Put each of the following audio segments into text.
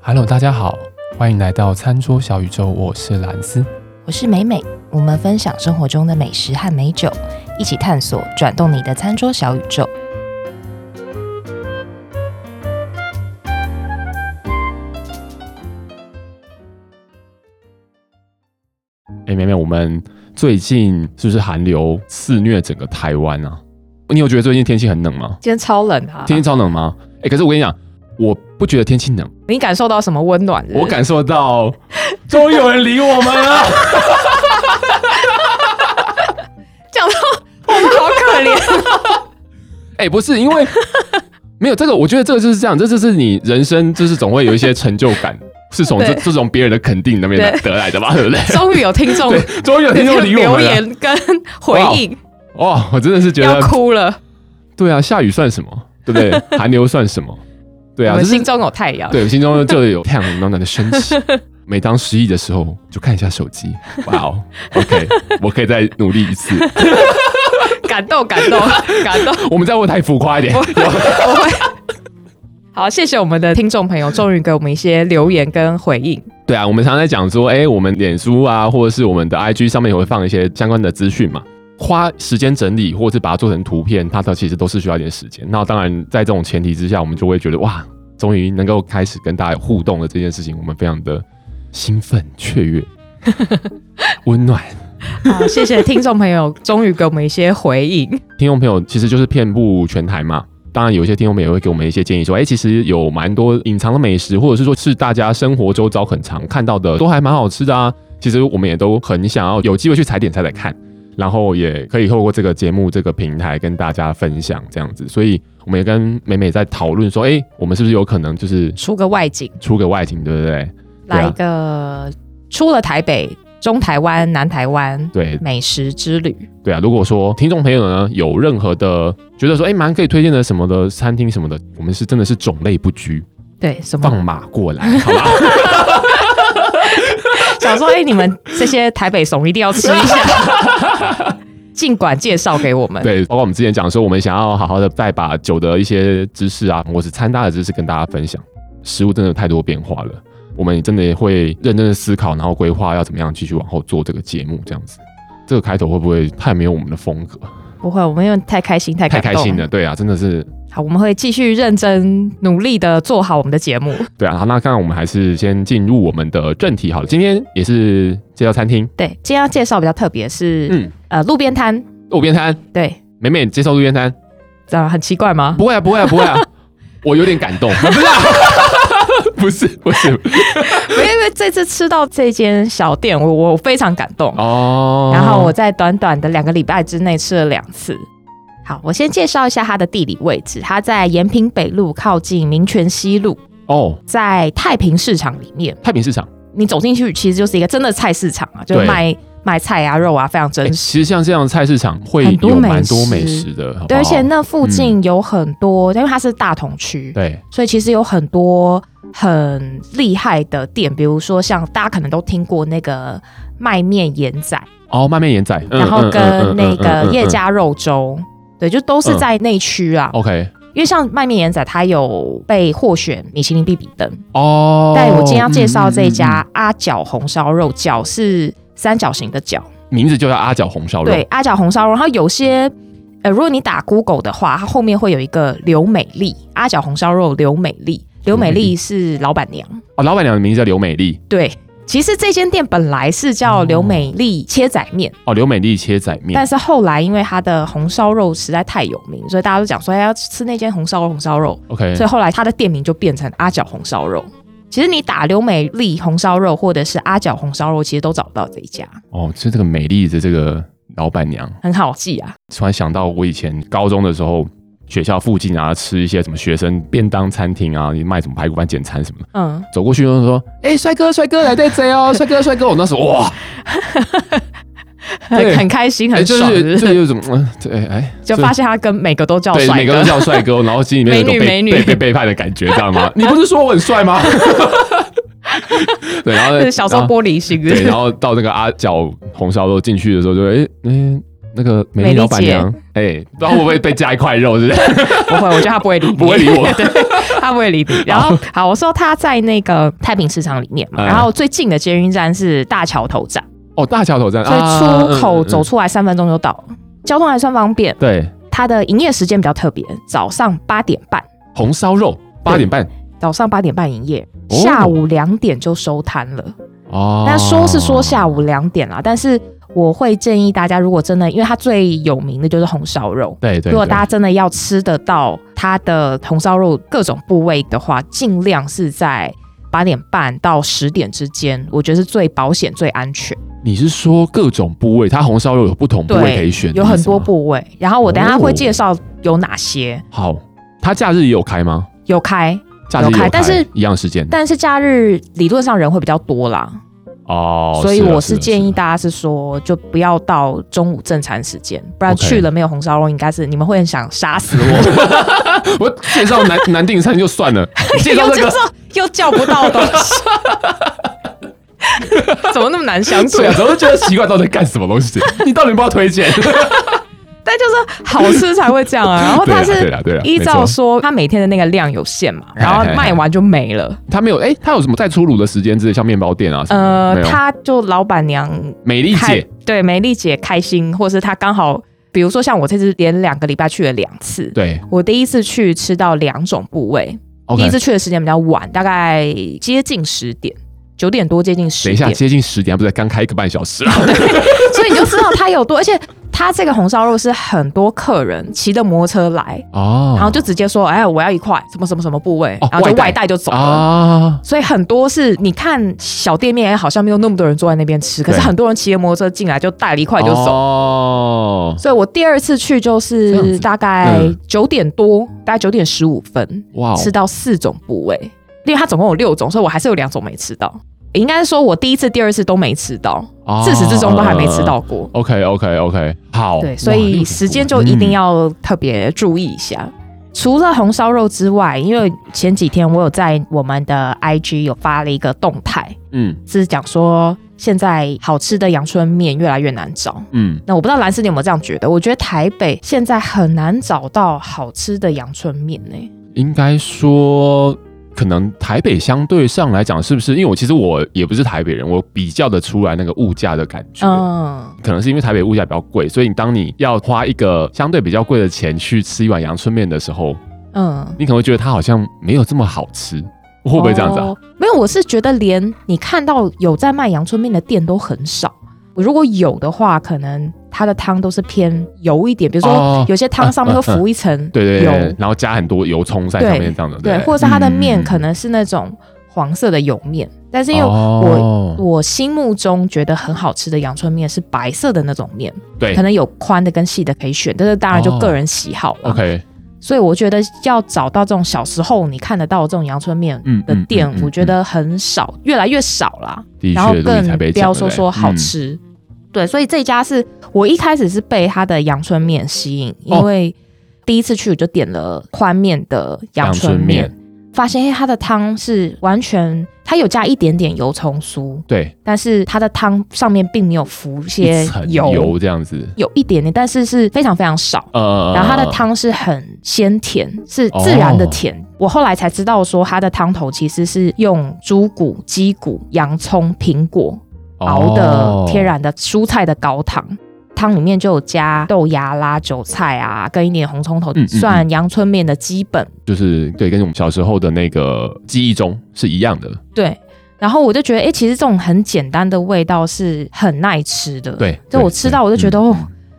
Hello，大家好，欢迎来到餐桌小宇宙，我是蓝斯。我是美美，我们分享生活中的美食和美酒，一起探索转动你的餐桌小宇宙。哎，妹妹，我们最近是不是寒流肆虐整个台湾啊？你有觉得最近天气很冷吗？今天超冷啊！天气超冷吗？哎，可是我跟你讲，我不觉得天气冷，你感受到什么温暖我感受到终于有人理我们了。 讲到我们 好可 怜。哎，不是因 为没有这个，我觉得这个就是这样，这就是你人生就是总会有一些成就 感，是从这对这种别人的肯定那边对得来的吧，对不对？终于有听众对，终于有 听众理我留们了。哦言 跟回应，哇，我真的是觉要得哭了。对啊，下雨算什么？对不 对？寒流算什么？对我啊，们就是心中有太阳。对心中就有太阳暖暖的升起。每当失意的时候，就看一下手机。哇哦，OK，我可以再努力一次。感动，感动，感动。我们再问太浮夸一 点。我会。好，谢谢我们的听众朋友，终于给我们一些留言跟回应。对啊，我们常常在讲说，哎、我们脸书啊，或者是我们的 IG 上面也会放一些相关的资讯嘛。花时间整理，或者是把它做成图片，它的其实都是需要一点时间。那当然，在这种前提之下，我们就会觉得哇，终于能够开始跟大家有互动的这件事情，我们非常的兴奋、雀跃、温暖。好，谢谢听众朋友，终于给我们一些回应。听众朋友其实就是遍布全台嘛。当然，有一些听众朋友也会给我们一些建议，说，哎、其实有蛮多隐藏的美食，或者是说是大家生活周遭很常看到的，都还蛮好吃的啊。其实我们也都很想要有机会去踩点踩踩看，然后也可以透过这个节目这个平台跟大家分享这样子。所以我们也跟美美在讨论说，哎、我们是不是有可能就是出个外景，出个外景，对不对？对啊来一个出了台北、中台湾、南台湾对，美食之旅。对啊，如果说听众朋友呢有任何的觉得说，哎、蛮可以推荐的什么的餐厅什么的，我们是真的是种类不拘，对，什么？放马过来，好 吧？想说，哎、你们这些台北怂一定要吃一下， 尽管介绍给我们。对，包括我们之前讲说，我们想要好好的再把酒的一些知识啊，或是餐搭的知识跟大家分享。食物真的有太多变化了，我们真的也会认真的思考，然后规划要怎么样继续往后做这个节目，这样子。这个开头会不会太没有我们的风格？不会，我们因为太开心，太太感开动心了，。对啊，真的是好，我们会继续认真努力的做好我们的节目。对啊。好那刚刚我们还是先进入我们的正题好了。今天也是介绍餐厅，对，今天要介绍比较特别是、嗯，呃路边摊，路边摊，对，美美接受路边摊，这样很奇怪吗？不会啊，不会啊，不会啊， 我有点感 动，不是啊，不是，不是， 因为这次吃到这间小店，我我非常感动。哦，然后我在短短的两个礼拜之内吃了两次。好，我先介绍一下它的地理位置，它在延平北路靠近民权西路，哦，在太平市场里面。太平市场，你走进去其实就是一个真的菜市场啊，就是对卖卖菜啊、肉啊，非常诶真实。其实像这样的菜市场会很多有美蛮多食美食的，好不对，而且好那附近有很多，因为它是大同区，对嗯所以其实有很多很厉害的店，比如说像大家可能都听过那个卖面盐仔。哦，慢面延展，嗯然后嗯嗯跟嗯那嗯嗯个嗯叶嗯家肉粥，对，就都是在内区啊。 ，OK，因为像麦面眼仔，它有被获选米其林必比登，哦，但我今天要介绍这一嗯嗯家阿角红烧肉，角是三角形的角，嗯名字就叫阿角红烧肉，对，阿角红烧肉。然后有些呃，如果你打 Google 的话，它后面会有一个刘美丽，阿角红烧肉刘美丽，刘美刘美丽是老板娘，哦，老板娘的名字叫刘美丽，对。其实这间店本来是叫刘美丽切仔面，哦，刘美丽切仔哦面但，是后来因为它的红烧肉实在太有名，所以大家都讲说哎要吃那间红烧肉红烧肉， OK，所以后来它的店名就变成阿角红烧肉。其实你打刘美丽红烧肉或者是阿角红烧肉，其实都找不到这一家，哦，就这个美丽的这个老板娘，很好记啊。突然想到我以前高中的时候，学校附近啊吃一些什么学生便当餐厅啊，你卖什么排骨饭简餐什么的，嗯，走过去就说：“哎、帅哥，帅哥来对贼 哦，帅哥，帅哥！”我那时候哇，对很很开心，哎、很就爽，是是不这是就是怎么，嗯对，哎、就发现他跟每个都叫对，帅每个都哥。叫帅哥，然后心里面有一种被美女美女被被背叛的感觉，知道 吗？你不是说我很帅吗？ 对，然后 小时候然后玻璃心，对， 然后到那个阿角红烧肉进去的时候就，哎哎、那个美美丽丽老板姐 娘，哎、不知道会不会被加一块肉，是不是？不会，我觉得他不会理你，不会理我 哦对，他不会理你。然后好，我说他在那个太平市场里面嘛，嗯然后最近的捷运站是大桥头站，哦，大桥头站，所以出口走出、出来三分钟就到了，交通还算方便。嗯对它的营业时间比较特别，早上八点半，红烧肉八点半早上八点半营业，哦下午两点就收摊了。哦。那说是说下午两点啦，但是我会建议大家，如果真的，因为它最有名的就是红烧肉。对对，如果大家家真的要吃得到它的红烧肉各种部位的话，尽量是在八点半到十点之间，我觉得是最保险、最安全。你是说各种部位，它红烧肉有不同部位可以选，有很多部。部位。然后我等一下哦会介绍有哪些好，它假日也有开吗？有开，假日也有开但是一样时间但是假日理论上人会比较多啦，哦，所以啊我是是啊建是议啊大家是说，就不要到中午正餐时间，不然 OK 去了没有红烧肉，应该是你们会很想杀死我。我介绍南南定餐就算 了， 你介绍又这叫个。又叫不到东西， 怎么那么难相处对？啊，我都觉得奇怪，到底在干什么东 西？你到底有没有推荐？但就是好吃才会这样啊。然后它对是啦对啦对啦啊依没照错说它每天的那个量有限嘛，然后嘿嘿嘿卖完就没了。他没有，哎、他有什么再出炉的时间之类，像面包店啊什么的？呃没，有。他就老板娘美丽开姐，对美丽姐开心，或是她刚好，比如说像我这次连两个礼拜去了两次，对我第一次去吃到两种部位，第，OK 一。次去的时间比较晚，大概接近十点，九点多接近等十一下，点，接近十点，不是刚开一个半小时啊？ 所以你就知道它有多，而且它这个红烧肉是很多客人骑着摩托车来，哦， 然后就直接说，哎，我要一块什么什么什么部位，哦然后就外带外带就走了。啊，所以很多是你看小店面，好像没有那么多人坐在那边吃，可是对很多人骑着摩托车进来就带了一块就走。哦，所以我第二次去就这样是子大概嗯九点多，大概九点十五分，哇哦，吃到四种部位，因为它总共有六种，所以我还是有两种没吃到。应该是说我第一次、第二次都没吃到，哦自始至终都还没吃到过。 OK OK OK，好，对，所哇以时间就一六定、要特别注意一下。除了红烧肉之外，因为前几天我有在我们的 IG 有发了一个动态，点嗯是讲说现在好吃的阳春面越来越难找。嗯那我不知道蓝斯你有没有这样觉得？我觉得台北现在很难找到好吃的阳春面呢、嗯，应该说。可能台北相对上来讲，是不是？因为我其实我也不是台北人，我比较的出来那个物价的感觉。嗯，可能是因为台北物价比较贵，所以你当你要花一个相对比较贵的钱去吃一碗阳春面的时候，嗯，你可能会觉得它好像没有这么好吃，会不会这样子啊？哦没有，我是觉得连你看到有在卖阳春面的店都很少。如果有的话，可能它的汤都是偏油一点，比如哦啊说有些汤上面会浮一层油，对对对，然后加很多油葱在上面这样的，对，不或者是它的嗯面可能是那种黄色的油面，但是因为我。哦我心目中觉得很好吃的阳春面是白色的那种面，对可能有宽的跟细的可以选，但是当然就个人喜好了。 OK 所以我觉得要找到这种小时候你看得到的这种阳春面嗯的嗯店，嗯嗯我觉得很少，越来越少啦。的然后确，如你才更被不讲要的说嘞说好嗯吃。对，所以这家是我一开始是被它的阳春面吸引，因哦为第一次去我就点了宽面的阳春面，发现哎它的汤是完全它有加一点点油葱酥，对，但是它的汤上面并没有浮一些一层油，油这样子，有一点点，但是是非常非常少。呃，然后它的汤是很鲜甜，是自然哦的甜。我后来才知道说，它的汤头其实是用猪骨、鸡骨、洋葱、苹果哦熬的天然的蔬菜的高汤。汤里面就有加豆芽啦、韭菜啊，跟一点红葱头，嗯嗯算阳春面的基本。哦，就是对，跟我们小时候的那个记忆中是一样的，对。然后我就觉得，哎、其实这种很简单的味道是很耐吃的。对就对我吃到对我就觉得、嗯哦，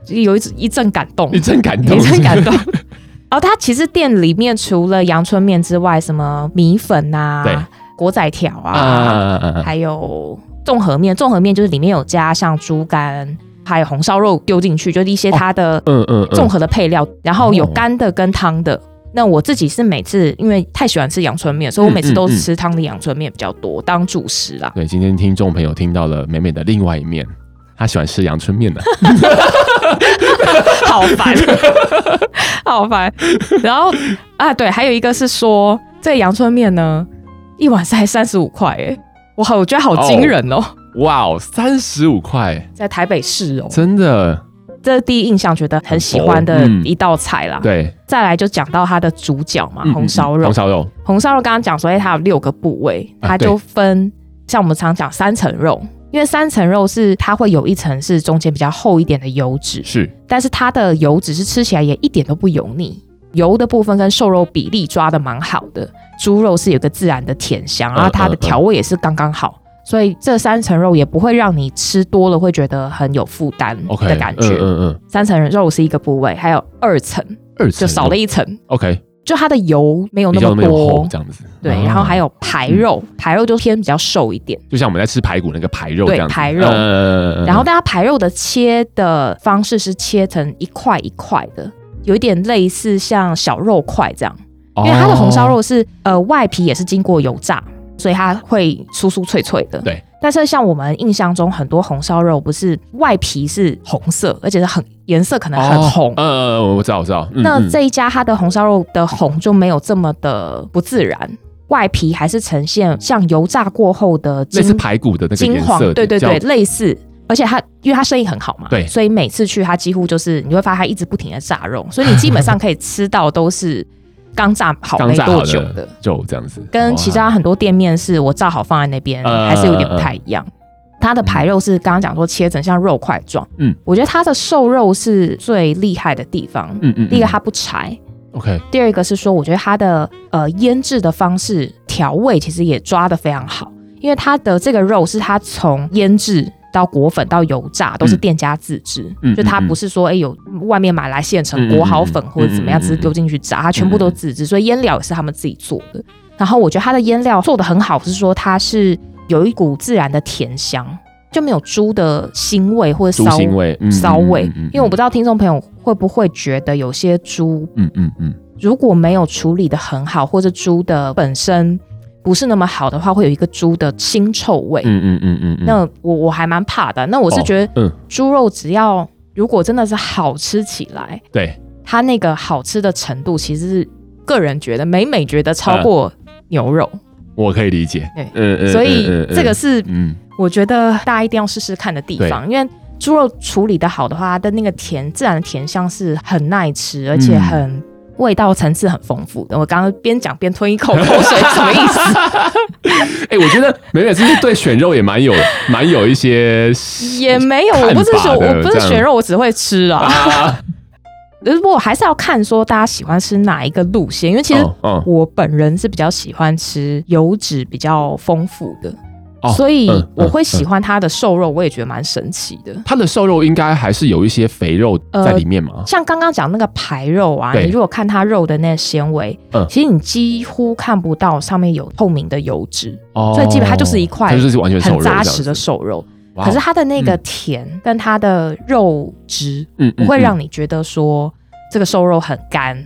有一一阵感动，你真感动，你 真感动。然后它其实店里面除了阳春面之外，什么米粉对啊、果仔条 啊啊，啊啊！啊还有综合面。综合面就是里面有加像猪肝，还有红烧肉丢进去，就是一些它的嗯嗯，嗯综合的配料，然后有哦干的跟汤的。那我自己是每次因为太喜欢吃阳春面，所以我每次都嗯嗯嗯吃汤的阳春面比较多，当主食啦。对，今天听众朋友听到了美美的另外一面，她喜欢吃阳春面 的， 好烦， 好烦。然后啊，对，还有一个是说，这个阳春面呢，一碗才三十五块，哎，我好，我觉得好惊人哦，哇哦，三十五块，在台北市哦，真的这是第一印象觉得很喜欢的嗯一道菜啦。对，再来就讲到它的主角嘛，嗯啊红烧嗯肉红。烧肉，红烧肉刚刚讲说，哎，它有六个部位，啊它就分、像我们常讲三层肉，因为三层肉是它会有一层是中间比较厚一点的油脂，是但是它的油脂是吃起来也一点都不油腻，油的部分跟瘦肉比例抓的蛮好的。猪肉是有个自然的甜香，嗯然后它的调味也是刚刚好，所以这三层肉也不会让你吃多了会觉得很有负担 OK 的感觉。嗯嗯嗯，三层肉是一个部位，还有二层二层就少了一层， OK，就它的油没有比那较么没有多厚。这样子。对，啊然后还有排肉，排肉就偏比较瘦一点。就像我们在吃排骨那个排肉这对样子，排肉呃然后大家排肉的切的方式是切成一块一块的，有一点类似像小肉块这样，因为它的红烧哦肉是、呃外皮也是经过油炸，所以它会酥酥脆脆的。对。但是像我们印象中很多红烧肉不是外皮是红色，而且是很颜色可能很红。哦呃，我知道，我知道。嗯那嗯这一家它的红烧肉的红就没有这么的不自然，外皮还是呈现像油炸过后的类金似排骨的那个金颜黄色，，对对叫对，类似。而且他，因为他生意很好嘛，对所以每次去他几乎就是你会发现他一直不停的炸肉，所以你基本上可以吃到都是刚炸好刚没炸多好久的 的，肉这样子，跟其他很多店面是我炸好放在那边，呃还是有点不太一样。它的排肉是刚刚讲说切成像肉块状，嗯，我觉得它的瘦肉是最厉害的地方。嗯嗯，第一个嗯它不柴， OK，第二个是说，我觉得它的呃腌制的方式调味其实也抓得非常好，因为它的这个肉是它从腌制。到裹粉到油炸都嗯是店家自制，嗯就它嗯嗯不是说哎、有外面买来现成嗯裹嗯好嗯粉或者怎么样，嗯嗯只是丢进去炸，它全部都自制，所以腌料也是他们自己做的。然后我觉得它的腌料做的很好，是说它是有一股自然的甜香，就没有猪的腥味或者猪骚腥味、嗯骚味，因为我知不知道听众朋友会不会觉得有些猪嗯嗯嗯，如果没有处理的很好，或者猪的本身不是那么好的话，会有一个猪的腥臭味。嗯嗯嗯嗯嗯，那我我还蛮怕的。那我是觉得嗯猪肉只要如果真的是好吃起来，对，它那个好吃的程度，其实是个人觉得每每觉得啊超过牛肉，我可以理解对，嗯嗯所以嗯嗯嗯这个是嗯我觉得大家一定要试试看的地方，因为。猪肉处理的好的话，它的那个甜自然的甜香是很耐吃，而嗯且很、味道层次很丰富的。我刚刚边讲边吞一口口水，什么意 思？哎、我觉得美美是不是对选肉也蛮有蛮有一些也没有，看法我不是的说我不是这样选肉，我只会吃啊。啊？不过我还是要看说大家喜欢吃哪一个路线， 因为其实哦哦我本人是比较喜欢吃油脂比较丰富的，哦所以嗯我会嗯喜欢它的瘦肉，我也觉得蛮神奇的。它的瘦肉应该还是有一些肥肉在里面嘛？像刚刚讲那个排肉啊，对你如果看它肉的那个纤维，嗯其实你几乎看不到上面有透明的油脂，哦呃所以基本它就是一块它就是完全瘦很肉这扎样子，实的瘦肉。哇哦。可是它的那个甜跟它的肉质，嗯不会嗯让你觉得说这个瘦肉很干，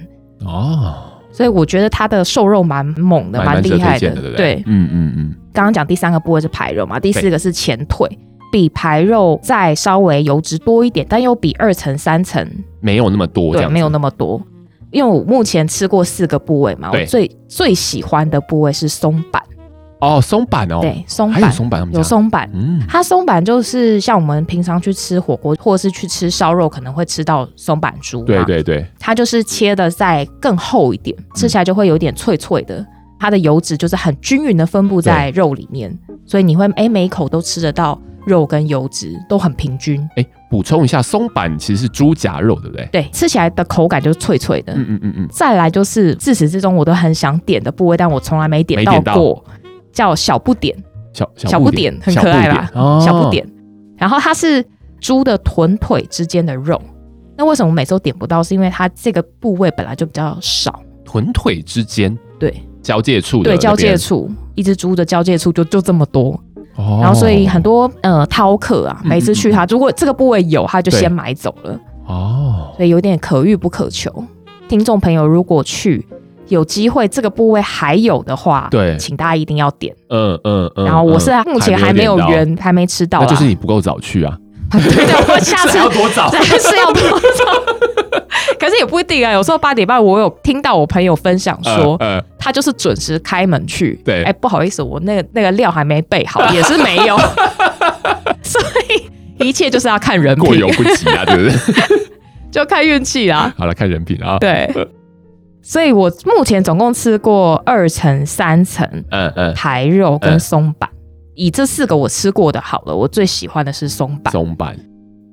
嗯哦，所以我觉得它的瘦肉蛮猛的，蛮蛮值得厉害推荐的，对不对？嗯嗯嗯，刚刚讲第三个部位是排肉嘛，第四个是前腿。比排肉再稍微油脂多一点，但又比二层、三层没有那么多这对样子，没有那么多。因为我目前吃过四个部位嘛，对我最最喜欢的部位是松板，哦，松板哦，对，松还有板松板，他们有家，松板，嗯，它松板就是像我们平常去吃火锅或者是去吃烧肉，可能会吃到松板猪嘛，对嗯对对，它就是切的再更厚一点，吃起来就会有点脆脆的。它的油脂就是很均匀的分布在肉里面，所以你会哎每一口都吃得到肉跟油脂都很平均，哎，补充一下，松板其实是猪夹肉，对不对？对，吃起来的口感就是脆脆的。嗯嗯嗯嗯，再来就是自始至终我都很想点的部位，但我从来没点没到点到过，叫小不点，小小不点很可爱吧？哦小不，点，然后它是猪的臀腿之间的肉。那为什么我每次都点不到？是因为它这个部位本来就比较少，哦臀腿之间对，交界处的对那交界边，处，一只猪的交界处就就这么多，哦然后所以很多呃饕客啊，嗯每次去他如果这个部位有，他就对先买走了，哦，所以有点可遇不可求。听众朋友如果去有机会这个部位还有的话，对请大家一定要点。嗯嗯嗯，然后我是嗯目前还没有点到缘，还没吃到那啦，就是你不够早去啊， 对，我下次 还要多早？但 是要多少？ 可是也不一定啊，有时候八点半我有听到我朋友分享说，呃，呃他就是准时开门去。对哎、 不好意思，我那个那个料还没备好，也是没有，所以一切就是要看人过品犹，不及啊，对不对？ 就看运气啦。好了，看人品啊。，对，所以我目前总共吃过二层、三层嗯嗯，排肉跟嗯松板。以这四个我吃过的好了，我最喜欢的是松板。松板。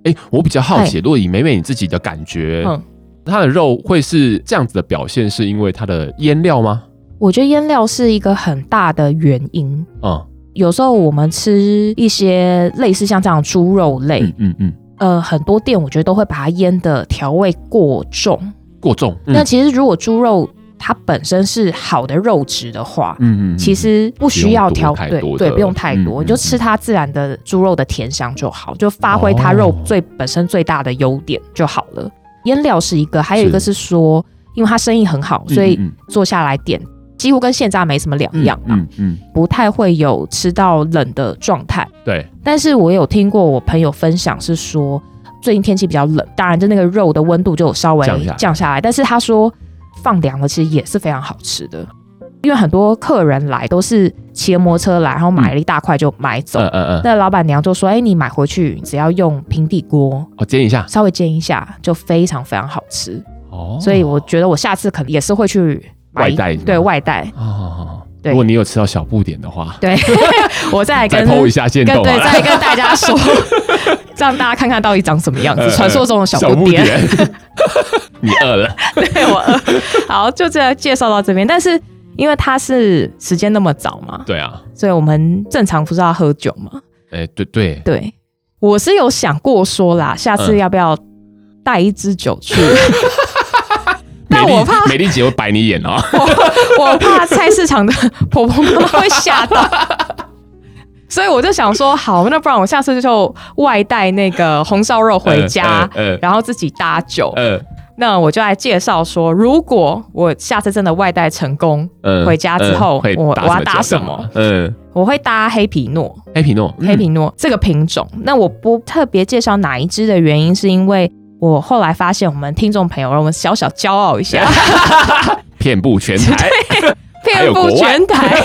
哎、我比较好奇，如果以美美你自己的感觉，嗯，它的肉会是这样子的表现，是因为它的腌料吗？我觉得腌料是一个很大的原因。嗯有时候我们吃一些类似像这样猪肉类，嗯嗯嗯，呃，很多店我觉得都会把它腌的调味过重。过重。嗯那其实如果猪肉它本身是好的肉质的话，嗯嗯，其实不需要调不用多太对多的对，不用太嗯多，你就吃它自然的猪肉的甜香就好，就发挥它肉最本身最大的优点就好了。腌料是一个，还有一个是说，因为它生意很好，嗯所以嗯做下来点几乎跟现榨没什么两嗯样嘛，嗯嗯，不太会有吃到冷的状态。对，但是我有听过我朋友分享是说，最近天气比较冷，当然就那个肉的温度就有稍微降下来降下来，但是他说放凉了其实也是非常好吃的，因为很多客人来都是骑摩托车来，然后买了一大块就买走。嗯嗯嗯，那老板娘就说：“哎、你买回去只要用平底锅我煎一下。稍微煎一下，就非常非常好吃。哦，所以我觉得我下次可能也是会去买外带对外带，哦，对如果你有吃到小不点的话，对 我再来再跟剖一下线跟动啊对，好了。再跟 大家说，让大家看看到底长什么样子呃，传说中的小小不不点。点， 你饿了？对 我饿，好，就这样介绍到这边。但是因为它是时间那么早嘛，对啊，所以我们正常不是要喝酒嘛？哎，对对，对，我是有想过说啦，下次嗯要不要带一支酒去？ 美但丽我怕美丽姐会白你眼哦。我怕菜市场的婆婆妈妈会吓到。所以我就想说，好，那不然我下次就外带那个红烧肉 回家，嗯嗯嗯然后自己搭酒。嗯那我就来介绍说，如果我下次真的外带成功，嗯回家之后会我我要酒搭什干嘛么？嗯，我会搭黑皮诺，黑皮诺，嗯黑皮诺、这个品种。那我不特别介绍哪一支的原因，是因为我后来发现我们听众朋友，让我们小小骄傲一下，遍布全 台。 还遍有布国外 全台。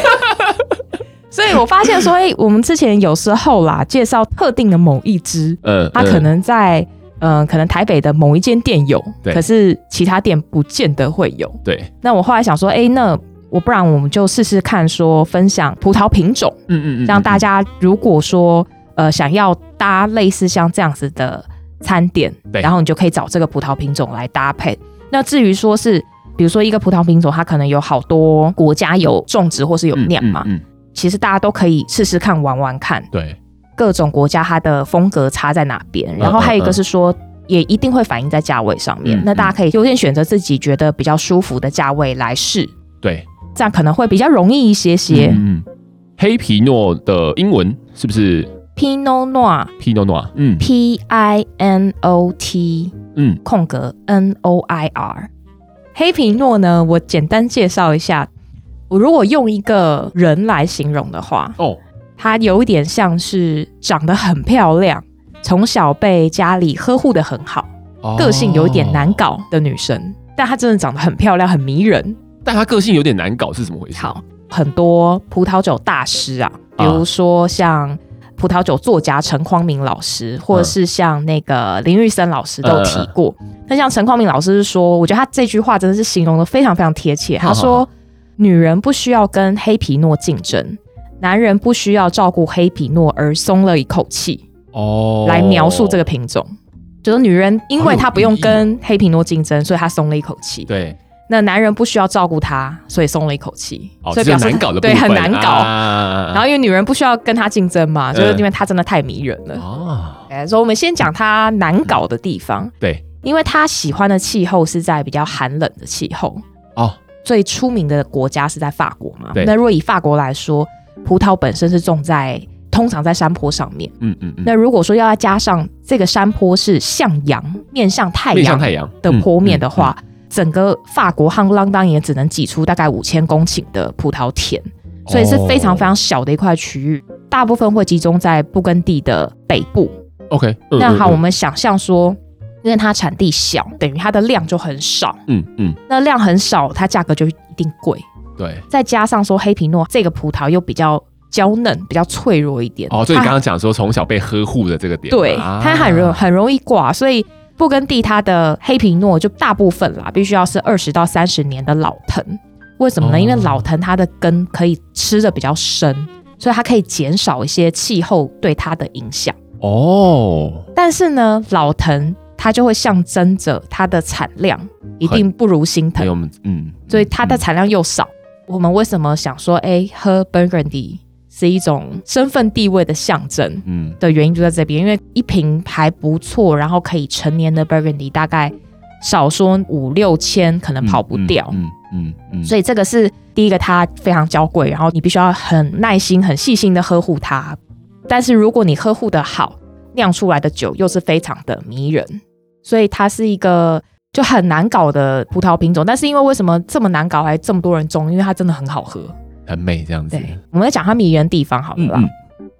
所以我发现说，哎、我们之前有时候啦，介绍特定的某一支，嗯，它可能在。嗯，可能台北的某一间店有，对可是其他店不见得会有。嗯对，那我后来想说，哎、那我不然我们就试试看，说分享葡萄品种，嗯嗯嗯，让大家如果说呃想要搭类似像这样子的餐点，对然后你就可以找这个葡萄品种来搭配。那至于说是，比如说一个葡萄品种，它可能有好多国家有种植或是有嗯酿嘛，嗯，嗯嗯其实大家都可以试试看、玩玩看，对，各种国家它的风格差在哪嗯边。然后还有一个是说。也一定会反映在价位上面，嗯那大家可以优先选择自己觉得比较舒服的价位来试，对，这样可能会比较容易一些嗯，些。嗯嗯黑皮诺的英文是不是 Pinot Noir，P Pinot Noir？嗯 I N O T 嗯，空格 N O I R。黑皮诺呢，我简单介绍一下。我如果用一个人来形容的话，哦，她有一点像是长得很漂亮，从小被家里呵护的很好，哦个性有一点难，搞的女生。但她真的长得很漂亮，很迷人。但他个性有点难搞是怎么回事？好，很多葡萄酒大师啊，比如说像葡萄酒作家陈匡明老师，或者是像那个林玉生老师都有提过。嗯那像陈匡明老师是说，我觉得他这句话真的是形容的非常非常贴切。好他说，女人不需要跟黑皮诺竞争。男人不需要照顾黑皮诺而松了一口气，哦，来描述这个品种，就是女人因为她不用好有意义跟黑皮诺竞争，所以她松了一口气。对，那男人不需要照顾她，所以松了一口气，哦，所以这表是示难搞的部对分，很难搞。啊然后因为女人不需要跟他竞争嘛，就是嗯因为他真的太迷人了。啊，哎、所以我们先讲他难搞的地方，对，因为他喜欢的气候是在比较寒冷的气候，哦，最出名的国家是在法国嘛对。那如果以法国来说，葡萄本身是种在通常在山坡上面。嗯嗯嗯，那如果说要再加上这个山坡是向阳，面向太面向阳太阳嗯的坡面的，话，整个法国夯啷当也只能挤出大概五千公顷的葡萄田，嗯所以是非常非。嗯常小的一块区域，大部分会集中在布根地的北部。哦 OK，嗯那好，嗯我们想象说，因为它产地小，等于它的量就很少，嗯嗯，那量很少，它价格就一定贵。对，再加上说黑皮诺这个葡萄又比较娇嫩，比较脆弱一点。哦，所以你刚刚讲说从小被呵护的这个点，对，啊它很容很容易挂，所以布根地它的黑皮诺就大部分啦，必须要是二十到三十年的老藤。为什么哦呢？因为老藤它的根可以吃的比较深，所以它可以减少一些气候对它的影响。哦，但是呢，老藤它就会象征着它的产量一定不如新还藤有，我们嗯，所以它的嗯产量又少。我们为什么想说，哎，喝 Burgundy 是一种身份地位的象征？嗯的原因就在这边，因为一瓶还不错，然后可以成年的 Burgundy 大概少说五六千，可能跑不掉。嗯嗯嗯，所以这个是第一个，它非常娇贵，然后你必须要很耐心、很细心的呵护它。但是如果你呵护的好，酿出来的酒又是非常的迷人，所以它是一个就很难搞的葡萄品种。但是因为为什么这么难搞，还这么多人种？因为它真的很好喝。以很美这样子，嗯对，我们来讲它迷人的地方好了啦。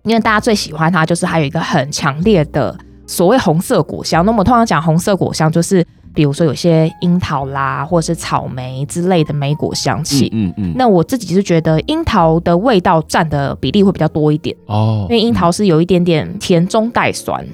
因为大家最喜欢它，就是它有一个很强烈的所谓红色果香。那我们通常讲红色果香，就是比如说有些樱桃啦，或者是草莓之类的莓果香气。嗯嗯，那我自己是觉得樱桃的味道占的比例会比较多一点，哦因，为樱桃是有一点点甜中带酸。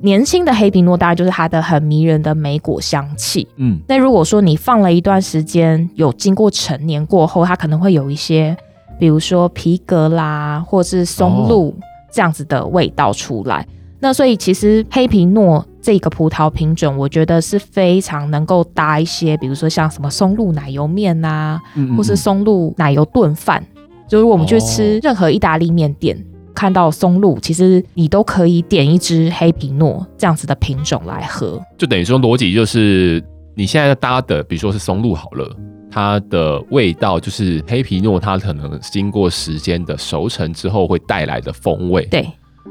年轻的黑皮诺当然就是它的很迷人的莓果香气。嗯那如果说你放了一段时间，有经过成年过后，它可能会有一些，比如说皮革啦，或是哦松露、这样子的味道出来。那所以其实黑皮诺这个葡萄品种，我觉得是非常能够搭一些，比如说像什么松露奶油面呐、嗯或是松露奶油炖饭。就如果我们去吃哦任何意大利面店，看到松露，其实你都可以点一支黑皮诺这样子的品种来喝。就等于说逻辑就是你现在搭的，比如说是松露好了。它的味道就是黑皮诺，它可能经过时间的熟成之后会带来的风味，对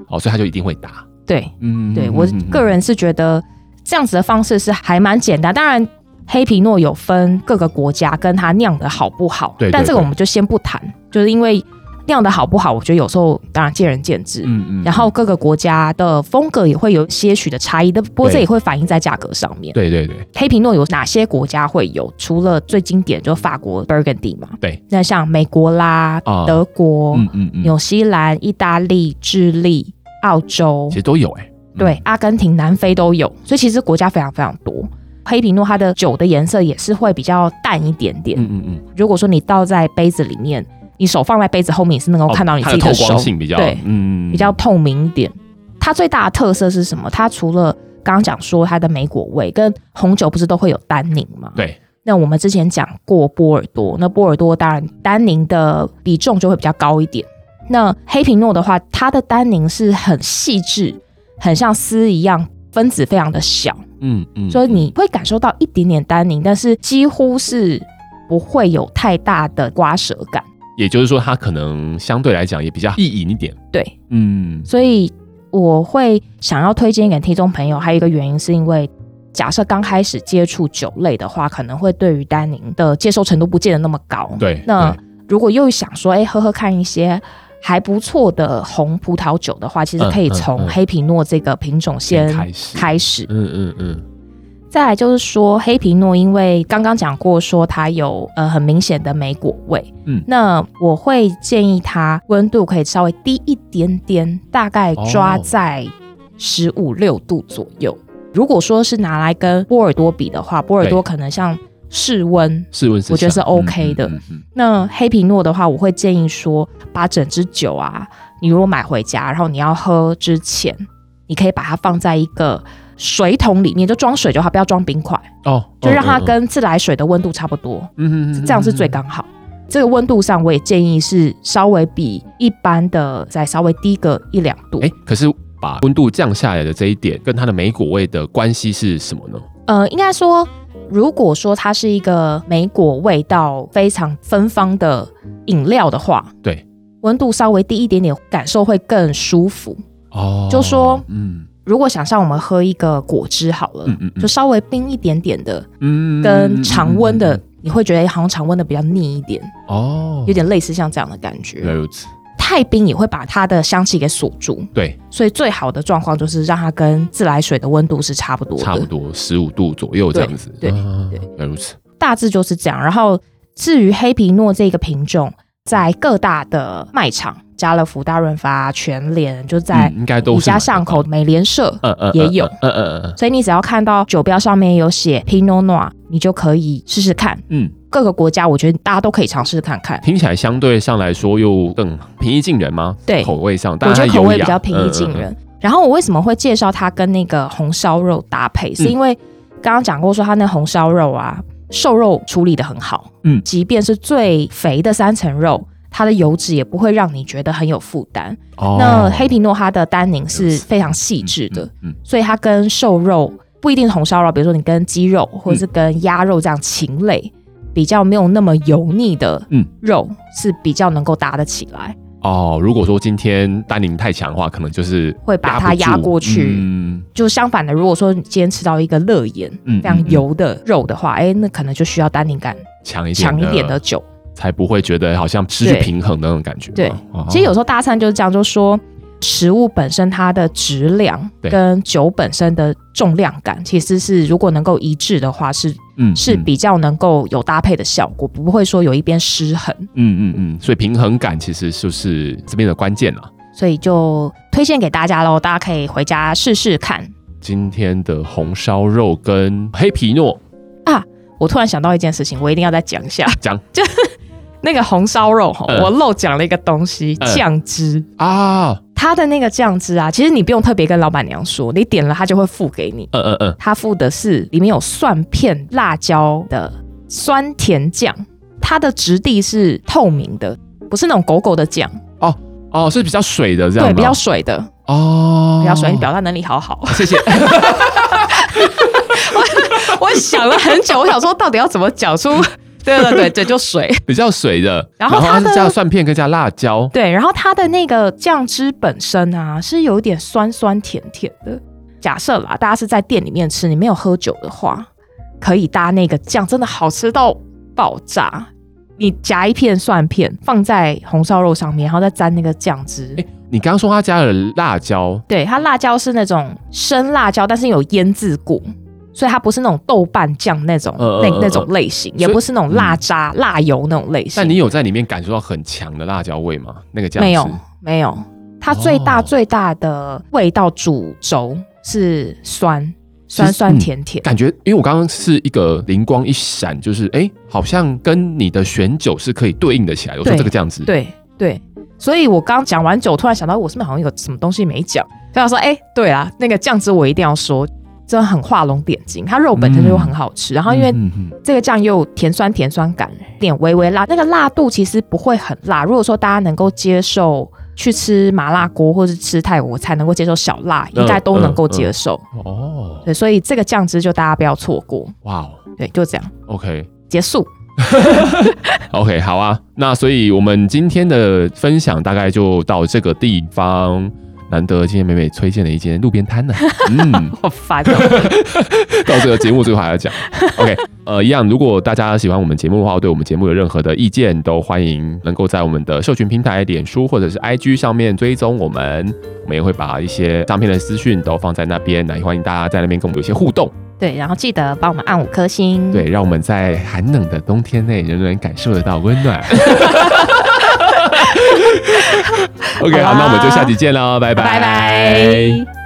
哦，所以它就一定会搭。对，嗯，对我个人是觉得这样子的方式是还蛮简单。当然，黑皮诺有分各个国家跟它酿的好不好，对对但这个对我们就先不谈，就是因为酿的好不好，我觉得有时候当然见仁见智。嗯嗯然后各个国家的风格也会有些许的差异，但不过对这也会反映在价格上面。对对对，黑皮诺有哪些国家会有？除了最经典就法国 Burgundy 嘛，对，那像美国啦、啊德国、嗯嗯嗯，纽西兰、意大利、智利、澳洲其，实都有哎、嗯对，阿根廷、南非都有，所以其实国家非常非常多。黑皮诺它的酒的颜色也是会比较淡一点点。嗯嗯嗯，如果说你倒在杯子里面，你手放在杯子后面，也是能够看到你自己哦它的的手，透光性比较，对嗯，嗯比较透明一点。它最大的特色是什么？它除了刚刚讲说它的莓果味，跟红酒不是都会有单宁吗？对，那我们之前讲过波尔多，那波尔多当然单宁的比重就会比较高一点。那黑皮诺的话，它的单宁是很细致，很像丝一样，分子非常的小，嗯嗯，所以你会感受到一点点单宁，但是几乎是不会有太大的刮舌感。也就是说，它可能相对来讲也比较易饮一点，对，嗯，所以我会想要推荐给听众朋友，还有一个原因是因为。假设刚开始接触酒类的话，可能会对于单宁的接受程度不见得那么高。嗯对，那对如果又想说，哎、喝喝看一些还不错的红葡萄酒的话，其实可以嗯嗯从嗯黑皮诺这个品种先开始，开始。嗯嗯嗯，再来就是说，黑皮诺因为刚刚讲过，说它有呃很明显的莓果味，嗯那我会建议它温度可以稍微低一点点，大概抓哦在十五六度左右。如果说是拿来跟波尔多比的话，波尔多可能像室温试问是我觉得是像 OK 的嗯嗯嗯那黑皮诺的话，我会建议说，把整支酒啊，你如果买回家，然后你要喝之前，你可以把它放在一个水桶里面，就装水就好，不要装冰块，嗯哦，就让它嗯，跟自来水的温度差不多，嗯嗯嗯嗯嗯这样是最刚好。这个温度上，我也建议是稍微比一般的再稍微低个一两度。哎、可是把温度降下来的这一点，跟它的莓果味的关系是什么呢？呃，应该说，如果说它是一个莓果味道非常芬芳的饮料的话，对，温度稍微低一点点，感受会更舒服。哦，就说，嗯如果想像我们喝一个果汁好了，嗯嗯嗯就稍微冰一点点的，嗯跟常温的，嗯嗯嗯你会觉得好像常温的比较腻一点，嗯哦，有点类似像这样的感原来觉。如此，太冰也会把它的香气给锁住，对，所以最好的状况就是让它跟自来水的温度是差不多的，差不多十五度左右这样子，对对啊对原来如此，大致就是这样。然后至于黑皮诺这个品种，在各大的卖场，家乐福、大润发、全联，就在嗯应该都你是家巷口美联社，呃呃也有呃呃呃所以你只要看到酒标上面有写 Pinot Noir，你就可以试试看。嗯，各个国家，我觉得大家都可以尝试看看。听起来相对上来说又更平易近人吗？对口味上，我当觉然得它口优味雅比较平易近。嗯嗯人。然后我为什么会介绍它跟那个红烧肉搭配，嗯是因为刚刚讲过说它那红烧肉啊，瘦肉处理的很好，嗯即便是最肥的三层肉。它的油脂也不会让你觉得很有负担。嗯哦那黑皮诺它的单宁是非常细致的，，嗯嗯所以它跟瘦肉不一定是红烧肉，比如说你跟鸡肉或者嗯是跟鸭肉这样禽类，比较没有那么油腻的嗯肉、是比较能够搭得起来。哦，如果说今天丹宁太强的话，可能就是会把它压不住压过去嗯就相反的，如果说你今天吃到一个乐眼嗯非常油的肉的话，哎、那可能就需要单宁感强一点哦强一点的，酒。才不会觉得好像失去对平衡的那种感觉嘛。对哦，其实有时候大餐就是这样，就说食物本身它的质量对跟酒本身的重量感，其实是如果能够一致的话，是嗯是比较能够有搭配的效果，不会说有一边失衡。嗯嗯嗯，所以平衡感其实就是这边的关键了。所以就推荐给大家喽，大家可以回家试试看。今天的红烧肉跟黑皮诺我突然想到一件事情，我一定要再讲一下，讲 就那个红烧肉吼，嗯我漏讲了一个东西，嗯酱汁。啊，它的那个酱汁啊，其实你不用特别跟老板娘说，你点了它就会付给你。嗯嗯嗯，它付的是里面有蒜片、辣椒的酸甜酱，它的质地是透明的，不是那种狗狗的酱，哦，是比较水的这样吗，对，比较水的，哦，比较水。你表达能力好好。 谢谢。我想了很久，我想说到底要怎么讲出，对对对对，就水。比较水的，然后它它的是加了蒜片跟加辣椒，对，然后它的那个酱汁本身啊，是有一点酸酸甜甜的。假设啦，大家是在店里面吃，你没有喝酒的话，可以搭那个酱，真的好吃到爆炸。你夹一片蒜片放在红烧肉上面，然后再沾那个酱汁。哎、你刚刚说它加了辣椒，对，它辣椒是那种生辣椒，但是有腌制过，所以它不是那种豆瓣酱那种、嗯嗯那嗯那种类型，也所以不是那种辣渣、辣油那种类型。但你有在里面感受到很强的辣椒味吗？那个酱汁没有，没有。它最大哦最大的味道主轴是酸，酸是酸甜甜。嗯感觉，因为我刚刚是一个灵光一闪，就是哎、诶好像跟你的选酒是可以对应的起来的。我说对这个酱汁，，对对，所以我刚讲完酒，突然想到我是不是好像有什么东西没讲？所以我说，哎、对啦，那个酱汁我一定要说，真的很画龙点睛。它肉本身就很好吃，然后因为嗯嗯这个酱又有甜酸甜酸感，有点微微辣，那个辣度其实不会很辣。如果说大家能够接受去吃麻辣锅或是吃泰国菜，能够接受小辣，应该都能够嗯嗯接受。嗯哦，对，所以这个酱汁就大家不要错过。哇哦对，就这样，OK 结束。 OK，好啊，那所以我们今天的分享大概就到这个地方。难得今天美美推荐了一间路边摊呢，嗯， 好烦、哦， 到这个节目最后还要讲。OK，呃，一样，如果大家喜欢我们节目的话，对我们节目有任何的意见，都欢迎能够在我们的社群平台、脸书或者是 IG 上面追踪我们。我们也会把一些相片的资讯都放在那边，那也欢迎大家在那边跟我们有一些互动，对，然后记得帮我们按五颗星。，对，让我们在寒冷的冬天内仍然感受得到温暖。OK，好，那我们就下集见喽，拜拜拜